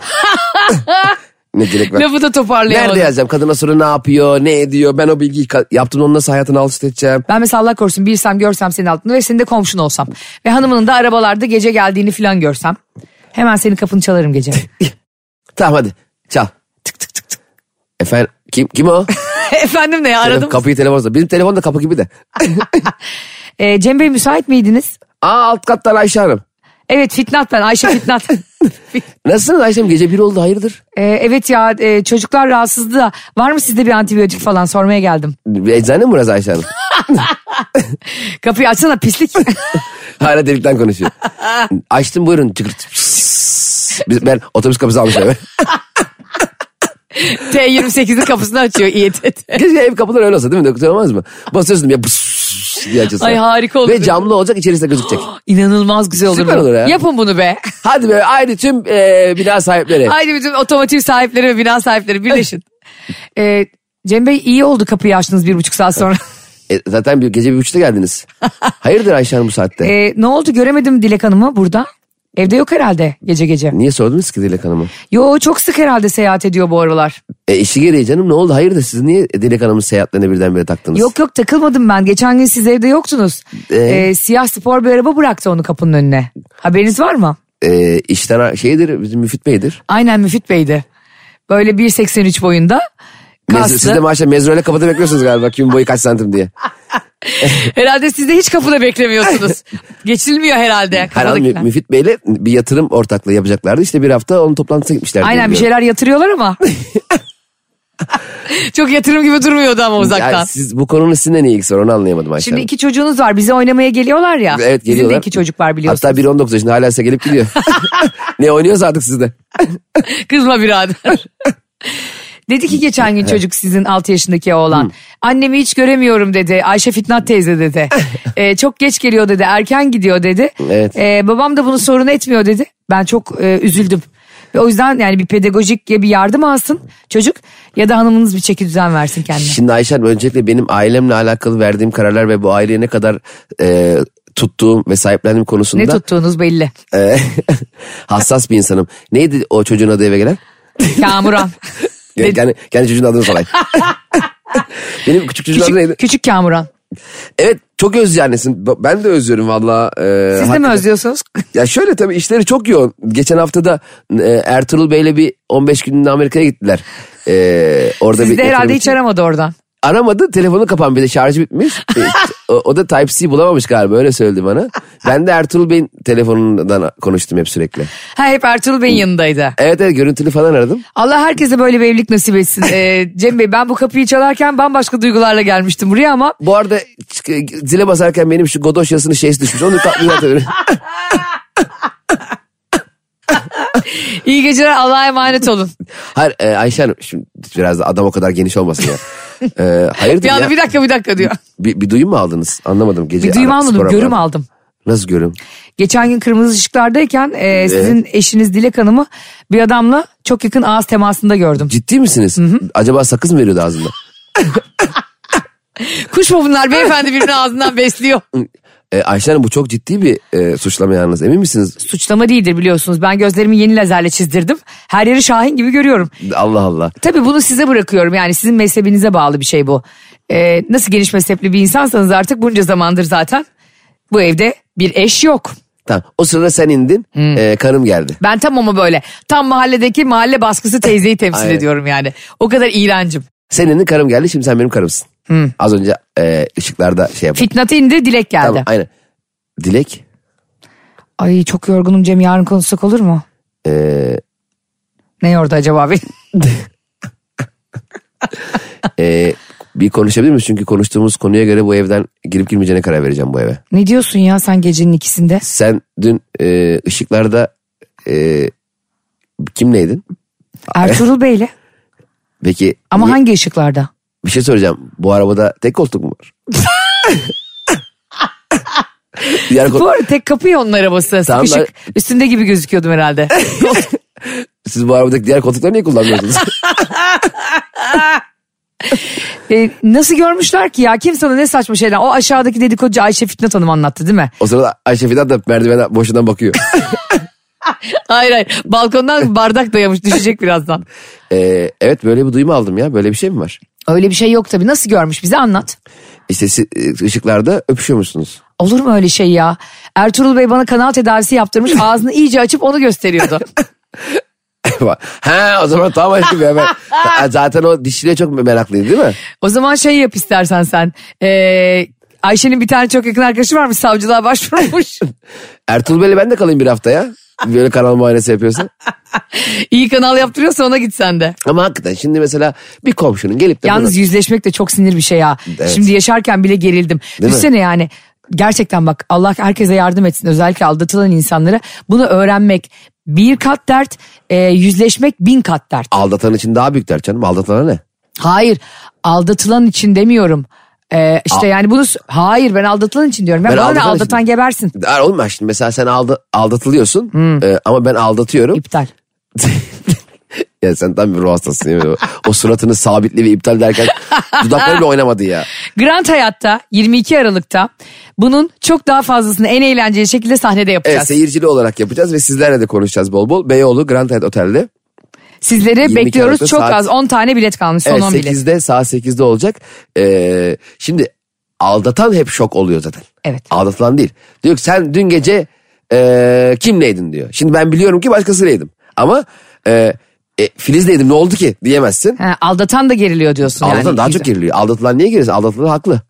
ne gerek var? Lafı da toparlayamadım. Nerede yazacağım? Kadına sonra ne yapıyor, ne ediyor? Ben o bilgiyi ka- yaptım onu nasıl hayatına alt üst edeceğim? Ben mesela Allah korusun bilsem görsem senin altında ve senin de komşun olsam. Ve hanımının da arabalarda gece geldiğini falan görsem. Hemen senin kapını çalarım gece. Tamam hadi çal. tık tık tık tık. Efendim kim kim o? Efendim ne ya aradım. Kapıyı telefonla. Bizim telefon da kapı gibi de. Ee, Cem Bey müsait miydiniz? Aa alt kattan Ayşe Hanım. Evet Fitnat ben Ayşe Fitnat. Nasılsınız Ayşe Hanım? Gece bir oldu hayırdır? Ee, evet ya e, çocuklar rahatsızdı da var mı sizde bir antibiyotik falan sormaya geldim. Bir Eczane mi burası Ayşe Hanım? Kapıyı açsana pislik. Hala delikten konuşuyor. Açtım buyurun. Çıkırt. Biz, ben otobüs kapısı almışım eve. T28'in kapısını açıyor İETT. Keşke ev kapıları öyle olsa değil mi? Doktor olmaz mı? Basıyorsun ya pıs diye açılsa. Ay, harika olur. Ve camlı olacak içerisi de gözükecek. İnanılmaz güzel olur. Süper bu. olur ya. Yapın bunu be. Hadi be aynı tüm e, bina sahipleri. Aynı bütün otomotiv sahipleri ve bina sahipleri birleşin. Ee, Cem Bey iyi oldu kapıyı açtınız bir buçuk saat sonra. E, zaten E, bir, gece bir buçukta geldiniz. Hayırdır Ayşe Hanım bu saatte? Ee, ne oldu göremedim Dilek Hanım'ı burada. Evde yok herhalde gece gece. Niye sordunuz ki Dilek Hanım'a? Yo çok sık herhalde seyahat ediyor bu aralar. E işi gereği canım ne oldu? Hayırdır siz niye Dilek Hanım'ın seyahatlerine birdenbire taktınız? Yok yok takılmadım ben. Geçen gün siz evde yoktunuz. Ee? Ee, siyah spor bir araba bıraktı onu kapının önüne. Haberiniz var mı? E, işten şeydir bizim Müfit Bey'dir. Aynen Müfit Bey'di. Böyle 1.83 boyunda. Mezun- Kaslı. siz de maşallah mezurayla kapıda bekliyorsunuz galiba kimin boyu kaç santim diye. Herhalde siz de hiç kapıda beklemiyorsunuz. Geçilmiyor herhalde. Herhalde Mü- kapıdakiler. Müfit Bey'le bir yatırım ortaklığı yapacaklardı. İşte bir hafta onun toplantısına gitmişlerdi. Aynen bir Bilmiyorum. şeyler yatırıyorlar ama. Çok yatırım gibi durmuyordu ama uzaktan. Ya siz bu konunun sizinle ne ilgisi var onu anlayamadım Ayşe Şimdi Hanım. iki çocuğunuz var. Bize oynamaya geliyorlar ya. Evet Bizim geliyorlar. de iki çocuk var biliyorsunuz. Hatta biri 19 yaşında hala size gelip gidiyor. ne oynuyorsa artık sizde. Kızma birader. dedi ki geçen gün çocuk sizin 6 yaşındaki oğlan. Annemi hiç göremiyorum dedi. Ayşe Fitnat teyze dedi. Ee, çok geç geliyor dedi. Erken gidiyor dedi. Evet. Ee, babam da bunu sorun etmiyor dedi. Ben çok e, üzüldüm. Ve o yüzden yani bir pedagojik ya bir yardım alsın çocuk ya da hanımınız bir çeki düzen versin kendine. Şimdi Ayşe Hanım öncelikle benim ailemle alakalı verdiğim kararlar ve bu aileye ne kadar e, tuttuğum ve sahiplendiğim konusunda Ne tuttuğunuz belli. e, hassas bir insanım. Neydi o çocuğun adı eve gelen? Kamuran. Yani, kendi, kendi çocuğun adını sorayım. benim küçük çocuğun adı neydi? küçük, küçük Kamuran. Evet çok özlüyor annesin. Ben de özlüyorum valla. E, Siz de mi hakikaten. özlüyorsunuz? Ya şöyle tabii işleri çok yoğun. Geçen hafta da e, Ertuğrul Bey'le bir 15 günlüğüne Amerika'ya gittiler. E, orada Siz bir de herhalde yatırım hiç için. aramadı oradan. Aramadı telefonu kapan bir de şarjı bitmiş. E, o, o da Type-C bulamamış galiba öyle söyledi bana. Ben de Ertuğrul Bey'in telefonundan konuştum hep sürekli. Ha hep Ertuğrul Bey'in yanındaydı. Evet evet görüntülü falan aradım. Allah herkese böyle bir evlilik nasip etsin. Ee, Cem Bey ben bu kapıyı çalarken bambaşka duygularla gelmiştim buraya ama Bu arada çık- e, zile basarken benim şu godoş yasının şeysi düşmüş. Onu tatlı atıyorum. iyi geceler Allah'a emanet olun. Hayır e, Ayşe Hanım şimdi biraz da adam o kadar geniş olmasın ya. E, hayırdır Bir ya? anda bir Bir, dakika bir dakika diyor. bir, duyum mu aldınız? Anlamadım. Gece Bir duyum ara- almadım spora görüm falan. aldım. Nasıl görüm? Geçen gün kırmızı ışıklardayken e, sizin eşiniz Dilek Hanım'ı bir adamla çok yakın ağız temasında gördüm. Ciddi misiniz? Acaba sakız mı veriyordu ağzında? Kuş mu bunlar beyefendi birbirinin ağzından besliyor. E, Ayşe Hanım bu çok ciddi bir e, suçlama yalnız. Emin misiniz? Suçlama değildir biliyorsunuz ben gözlerimi yeni lazerle çizdirdim. Her yeri Şahin gibi görüyorum. Allah Allah. Tabii bunu size bırakıyorum yani sizin mezhebinize bağlı bir şey bu. Ee, nasıl geniş mezhepli bir insansanız artık bunca zamandır zaten bu evde bir eş yok. Tamam. O sırada sen indin. Hmm. E, karım geldi. Ben tam ama böyle tam mahalledeki mahalle baskısı teyzeyi temsil Aynen. ediyorum yani. O kadar iğrencim. Sen indin karım geldi. Şimdi sen benim karımsın. Hmm. Az önce e, ışıklarda şey yaptım. Fitnat'ı indi dilek geldi. Tamam aynen. Dilek. Ay çok yorgunum Cem yarın konuşsak olur mu? e, Ne yordu acaba beni? e, bir konuşabilir miyiz? Çünkü konuştuğumuz konuya göre bu evden girip girmeyeceğine karar vereceğim bu eve. ne diyorsun ya sen gecenin ikisinde? Sen dün e, ışıklarda e, kimleydin? Ertuğrul Bey'le Peki ama niye- hangi ışıklarda? bir şey soracağım. Bu arabada tek koltuk mu var? Diğer Bu kol- arada tek kapıyı onun arabası. Tamam, Sıkışık. Üstünde gibi gözüküyordum herhalde. siz bu arabadaki diğer koltukları niye kullanmıyorsunuz? E, nasıl görmüşler ki ya kim sana ne saçma şeyler. O aşağıdaki dedikoducu Ayşe Fitnat Hanım anlattı değil mi? o sırada Ayşe Fidan da merdivene boşundan bakıyor. Hayır hayır balkondan bardak dayamış düşecek birazdan. Ee, evet böyle bir duyum aldım ya. Böyle bir şey mi var? Öyle bir şey yok tabii nasıl görmüş bize anlat. İşte si- e, ışıklarda öpüşüyormuşsunuz. Olur mu öyle şey ya? Ertuğrul Bey bana kanal tedavisi yaptırmış ağzını iyice açıp onu gösteriyordu. ha o zaman tamam aşkım ya. Ben, Ha, zaten o dişçiliğe çok meraklıydı değil mi? o zaman şey yap istersen sen. E, Ayşe'nin bir tane çok yakın arkadaşı varmış savcılığa başvurmuş. Ertuğrul Bey'le ben de kalayım bir hafta ya. Böyle kanal muayenesi yapıyorsa. İyi kanal yaptırıyorsa ona git sen de. Ama hakikaten şimdi mesela bir komşunun gelip de... Yalnız yüzleşmek de çok sinir bir şey ya. Evet. Şimdi yaşarken bile gerildim. Değil mi? Düşünsene yani gerçekten bak Allah herkese yardım etsin özellikle aldatılan insanlara. Bunu öğrenmek bir kat dert, e, yüzleşmek bin kat dert. Aldatan için daha büyük dert canım. Aldatana ne? Hayır aldatılan için demiyorum. E, işte yani bunu s- hayır ben aldatılan için diyorum. Ben, Ben bana ne aldatan için- aldatan gebersin. Hayır, oğlum ya şimdi Ee, mesela sen alda- aldatılıyorsun e, ama ben aldatıyorum. İptal. Ya sen tam bir ruh hastasın. ya. O suratını sabitli ve iptal derken dudakları bile oynamadı ya. Grant Hayat'ta 22 Aralık'ta bunun çok daha fazlasını en eğlenceli şekilde sahnede Evet yapacağız. seyircili olarak yapacağız ve sizlerle de konuşacağız bol bol. Beyoğlu Grand Hyatt Otel'de. Sizleri 22 bekliyoruz Aralık'ta çok saat- az 10 tane bilet kalmış son Evet 10 bilet. 8'de saat 8'de olacak. Ee, şimdi aldatan hep şok oluyor zaten. Evet. Aldatılan değil. Diyor ki sen dün gece ee, kimleydin diyor. Şimdi ben biliyorum ki başkasıylaydım. Ama ee, e, Filiz'leydim ne oldu ki diyemezsin. Ha, aldatan da geriliyor diyorsun Aldatan yani. daha İkisi. çok geriliyor. Aldatılan niye gerilsin? Aldatılan haklı.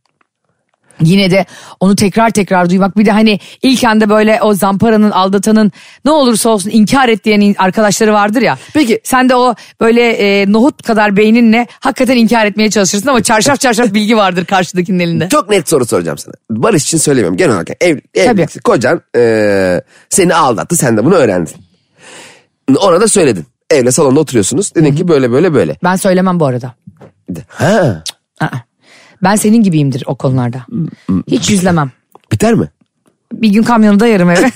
Yine de onu tekrar tekrar duymak bir de hani ilk anda böyle o zamparanın aldatanın ne olursa olsun inkar et diyen in- arkadaşları vardır ya. Peki. Sen de o böyle e, nohut kadar beyninle hakikaten inkar etmeye çalışırsın ama çarşaf çarşaf bilgi vardır karşıdakinin elinde. Çok net soru soracağım sana. Barış için söylemiyorum. Genel olarak ev, Tabii. evliliksin. Kocan eee, seni aldattı. Sen de bunu öğrendin. Ona da söyledin. Evle salonda oturuyorsunuz. Dedin ki böyle böyle böyle. Ben söylemem bu arada. De- Ha, Aa. Ben senin gibiyimdir o konularda. Hmm, Hiç yüzlemem. biter mi? Bir gün kamyonu dayarım eve.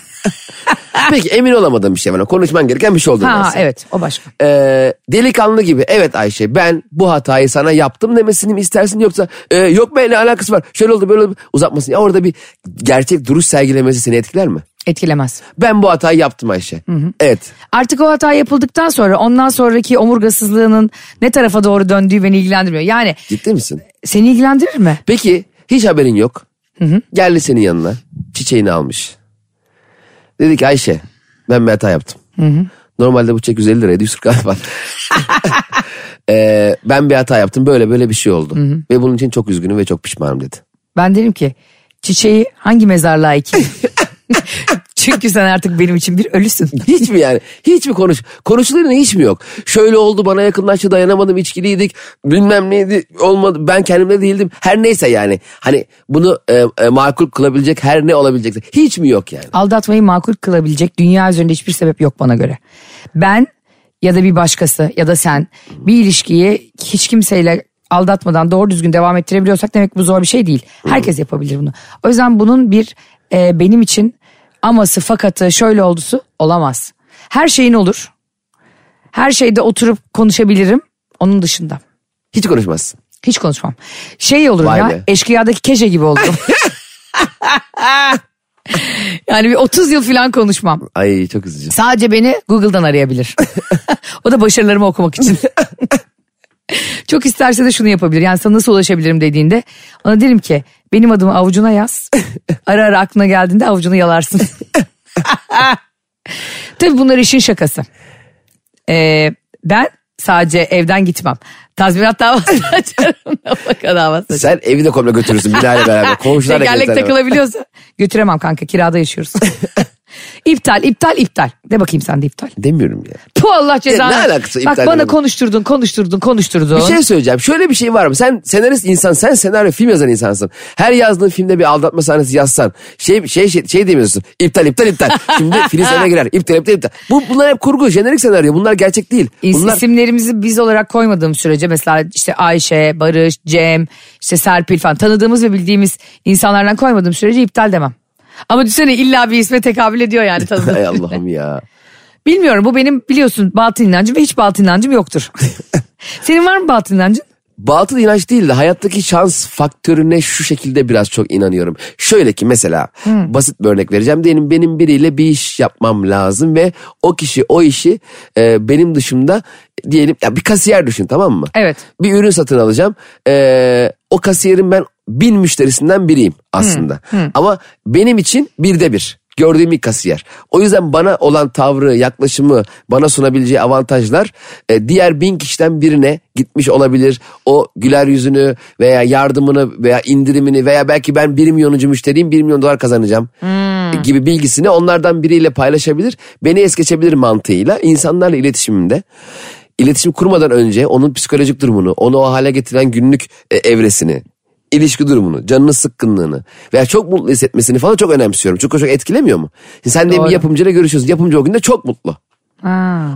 Peki emin olamadığım bir şey var. Konuşman gereken bir şey olduğunu Ah. ha, ha, varsay. evet o başka. Eee, delikanlı gibi evet Ayşe ben bu hatayı sana yaptım demesini mi istersin yoksa eee, yok be ne alakası var şöyle oldu böyle oldu uzatmasın ya orada bir gerçek duruş sergilemesi seni etkiler mi? Etkilemez. Ben bu hatayı yaptım Ayşe. Evet. Artık o hata yapıldıktan sonra ondan sonraki omurgasızlığının ne tarafa doğru döndüğü beni ilgilendirmiyor. Yani Ciddi misin? seni ilgilendirir mi? Peki hiç haberin yok. Geldi senin yanına çiçeğini almış. Dedi ki Ayşe ben bir hata yaptım. Normalde bu çek 150 liraydı 140 lira var. Ee, ben bir hata yaptım böyle böyle bir şey oldu. Ve bunun için çok üzgünüm ve çok pişmanım dedi. Ben derim ki çiçeği hangi mezarlığa ekeyim? Çünkü sen artık benim için bir ölüsün. Hiç mi yani? Hiç mi konuş? Konuşulan ne hiç mi yok? Şöyle oldu bana yakınlaştı dayanamadım içkiliydik bilmem neydi olmadı ben kendimde değildim. Her neyse yani hani bunu e, e, makul kılabilecek her ne olabilecek hiç mi yok yani? Aldatmayı makul kılabilecek dünya üzerinde hiçbir sebep yok bana göre. Ben ya da bir başkası ya da sen bir ilişkiyi hiç kimseyle aldatmadan doğru düzgün devam ettirebiliyorsak demek bu zor bir şey değil. Herkes yapabilir bunu. O yüzden bunun bir e, benim için aması fakatı şöyle oldusu olamaz. Her şeyin olur. Her şeyde oturup konuşabilirim onun dışında. Hiç konuşmazsın. Hiç konuşmam. Şey olurum Vay ya be. eşkıyadaki keşe gibi olurum. yani bir 30 yıl falan konuşmam. Ay çok üzücü. Sadece beni Google'dan arayabilir. o da başarılarımı okumak için. Çok isterse de şunu yapabilir. Yani sana nasıl ulaşabilirim dediğinde ona derim ki benim adımı avucuna yaz. Ara ara aklına geldiğinde avucunu yalarsın. Tabii bunlar işin şakası. Ee, ben sadece evden gitmem. Tazminat davası açarım. Nafaka davası açarım. Sen evi de komple götürürsün binayla beraber. Komşularla Tekerlek gezerler. takılabiliyorsa. Götüremem kanka kirada yaşıyoruz. iptal iptal iptal. De bakayım sen de iptal. Demiyorum ya. Puh Allah cezanı. Ya ne alakası Bak iptal bana edelim. konuşturdun konuşturdun konuşturdun. Bir şey söyleyeceğim. Şöyle bir şey var mı? Sen senarist insan, sen senaryo film yazan insansın. Her yazdığın filmde bir aldatma sahnesi yazsan şey şey şey, şey demiyorsun. İptal iptal iptal. Şimdi Filiz öne girer. İptal iptal iptal. Bu bunlar hep kurgu, jenerik senaryo. Bunlar gerçek değil. İs- Bunlar İsimlerimizi biz olarak koymadığım sürece mesela işte Ayşe, Barış, Cem, işte Serpil falan tanıdığımız ve bildiğimiz insanlardan koymadığım sürece iptal demem. Ama düşünsene illa bir isme tekabül ediyor yani tanıdığım. Hay Allah'ım ya. Bilmiyorum bu benim biliyorsun batıl inancım ve hiç batıl inancım yoktur. Senin var mı batıl inancın? Batıl inanç değil de hayattaki şans faktörüne şu şekilde biraz çok inanıyorum. Şöyle ki mesela basit bir örnek vereceğim. Diyelim benim biriyle bir iş yapmam lazım ve o kişi o işi e, benim dışımda diyelim ya bir kasiyer düşün tamam mı? Evet. Bir ürün satın alacağım. E, o kasiyerin ben bin müşterisinden biriyim aslında. Ama benim için birde bir. Gördüğüm ilk kasiyer. O yüzden bana olan tavrı, yaklaşımı, bana sunabileceği avantajlar e, diğer bin kişiden birine gitmiş olabilir. O güler yüzünü veya yardımını veya indirimini veya belki ben 1 milyonucu müşteriyim 1 milyon dolar kazanacağım e, gibi bilgisini onlardan biriyle paylaşabilir. Beni es geçebilir mantığıyla insanlarla iletişimimde iletişim kurmadan önce onun psikolojik durumunu, onu o hale getiren günlük e, evresini, ilişki durumunu, canının sıkkınlığını veya çok mutlu hissetmesini falan çok önemsiyorum. Çünkü o çok etkilemiyor mu? Sen de Doğru. bir yapımcıyla görüşüyorsun. Yapımcı o günde çok mutlu.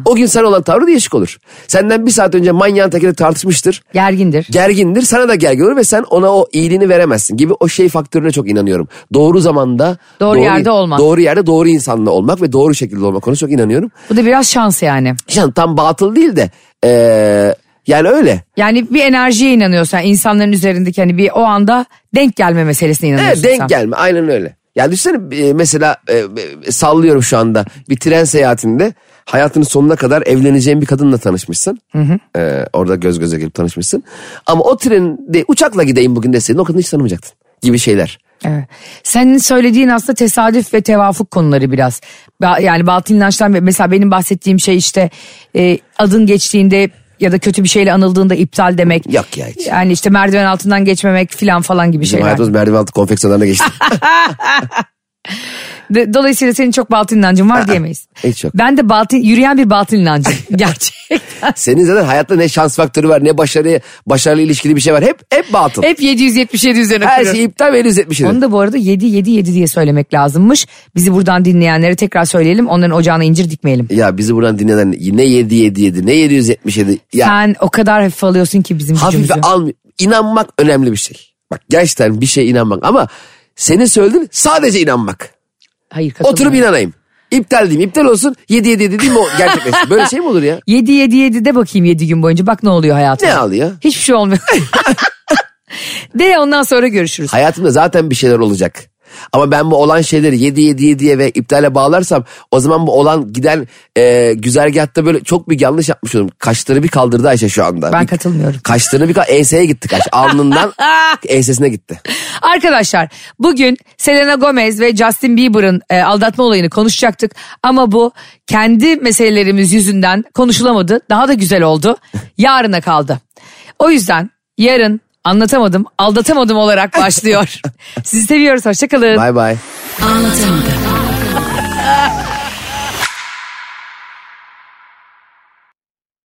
O gün sana olan tavrı değişik olur. Senden bir saat önce manyağın tekini tartışmıştır. Gergindir. Gergindir sana da gergin olur ve sen ona o iyiliğini veremezsin gibi o şey faktörüne çok inanıyorum. Doğru zamanda Doğru yerde olmak. Doğru yerde doğru insanla olmak ve doğru şekilde olmak konusunda çok inanıyorum. Bu da biraz şans yani. Yani tam batıl değil de eee, yani öyle. Yani bir enerjiye inanıyorsan insanların üzerindeki hani bir o anda denk gelme meselesine inanıyorsun Evet, denk sen. gelme aynen öyle. Ya düşünsene e, mesela e, e, sallıyorum şu anda bir tren seyahatinde hayatının sonuna kadar evleneceğin bir kadınla tanışmışsın. E, orada göz göze gelip tanışmışsın. Ama o trende uçakla gideyim bugün deseydin o kadını hiç tanımayacaktın gibi şeyler. Evet. Senin söylediğin aslında tesadüf ve tevafuk konuları biraz. Ba- Yani batıl inançtan ve- mesela benim bahsettiğim şey işte e, adın geçtiğinde ya da kötü bir şeyle anıldığında iptal demek. Yok ya hiç. Yani işte merdiven altından geçmemek filan falan gibi Bizim şeyler. hayatımız merdiven altı konfeksiyonlarına geçti. Do- Dolayısıyla senin çok batıl inancın var diyemeyiz. hiç yok. Ben de batıl, yürüyen bir batıl inancım. Gerçek. Senin zaten hayatta ne şans faktörü var ne başarı başarılı ilişkili bir şey var. Hep hep batıl. Hep 777 üzerine Her kuruyorum. şey iptal ve 170 E, Onu da bu arada 7-7-7 diye söylemek lazımmış. Bizi buradan dinleyenlere tekrar söyleyelim. Onların ocağına incir dikmeyelim. Ya bizi buradan dinleyen ne 7 7 7 ne 777 ya Sen o kadar hafif alıyorsun ki bizim gücümüzü. hafife almıyor. İnanmak önemli bir şey. Bak gerçekten bir şeye inanmak ama senin söylediğin sadece inanmak. Hayır Oturup inanayım. İptal diyeyim iptal olsun 7 7 7 diyeyim o gerçekleşsin. Böyle şey mi olur ya? 7 7 7 de bakayım 7 gün boyunca. Bak ne oluyor hayatım. Ne alıyor? Hiçbir şey olmuyor. de ondan sonra görüşürüz. Hayatımda zaten bir şeyler olacak. Ama ben bu olan şeyleri 7 7 7'ye ve iptale bağlarsam o zaman bu olan giden e, güzergahta böyle çok bir yanlış yapmış olurum. Kaşları bir kaldırdı Ayşe şu anda. Ben Bir- katılmıyorum. Kaşlarını bir E kal- enseye gitti kaş. Alnından ensesine gitti. Arkadaşlar bugün Selena Gomez ve Justin Bieber'ın e, aldatma olayını konuşacaktık. Ama bu kendi meselelerimiz yüzünden konuşulamadı. Daha da güzel oldu. Yarına kaldı. O yüzden yarın anlatamadım aldatamadım olarak başlıyor. Sizi seviyoruz hoşçakalın. Bay bay. Anlatamadım.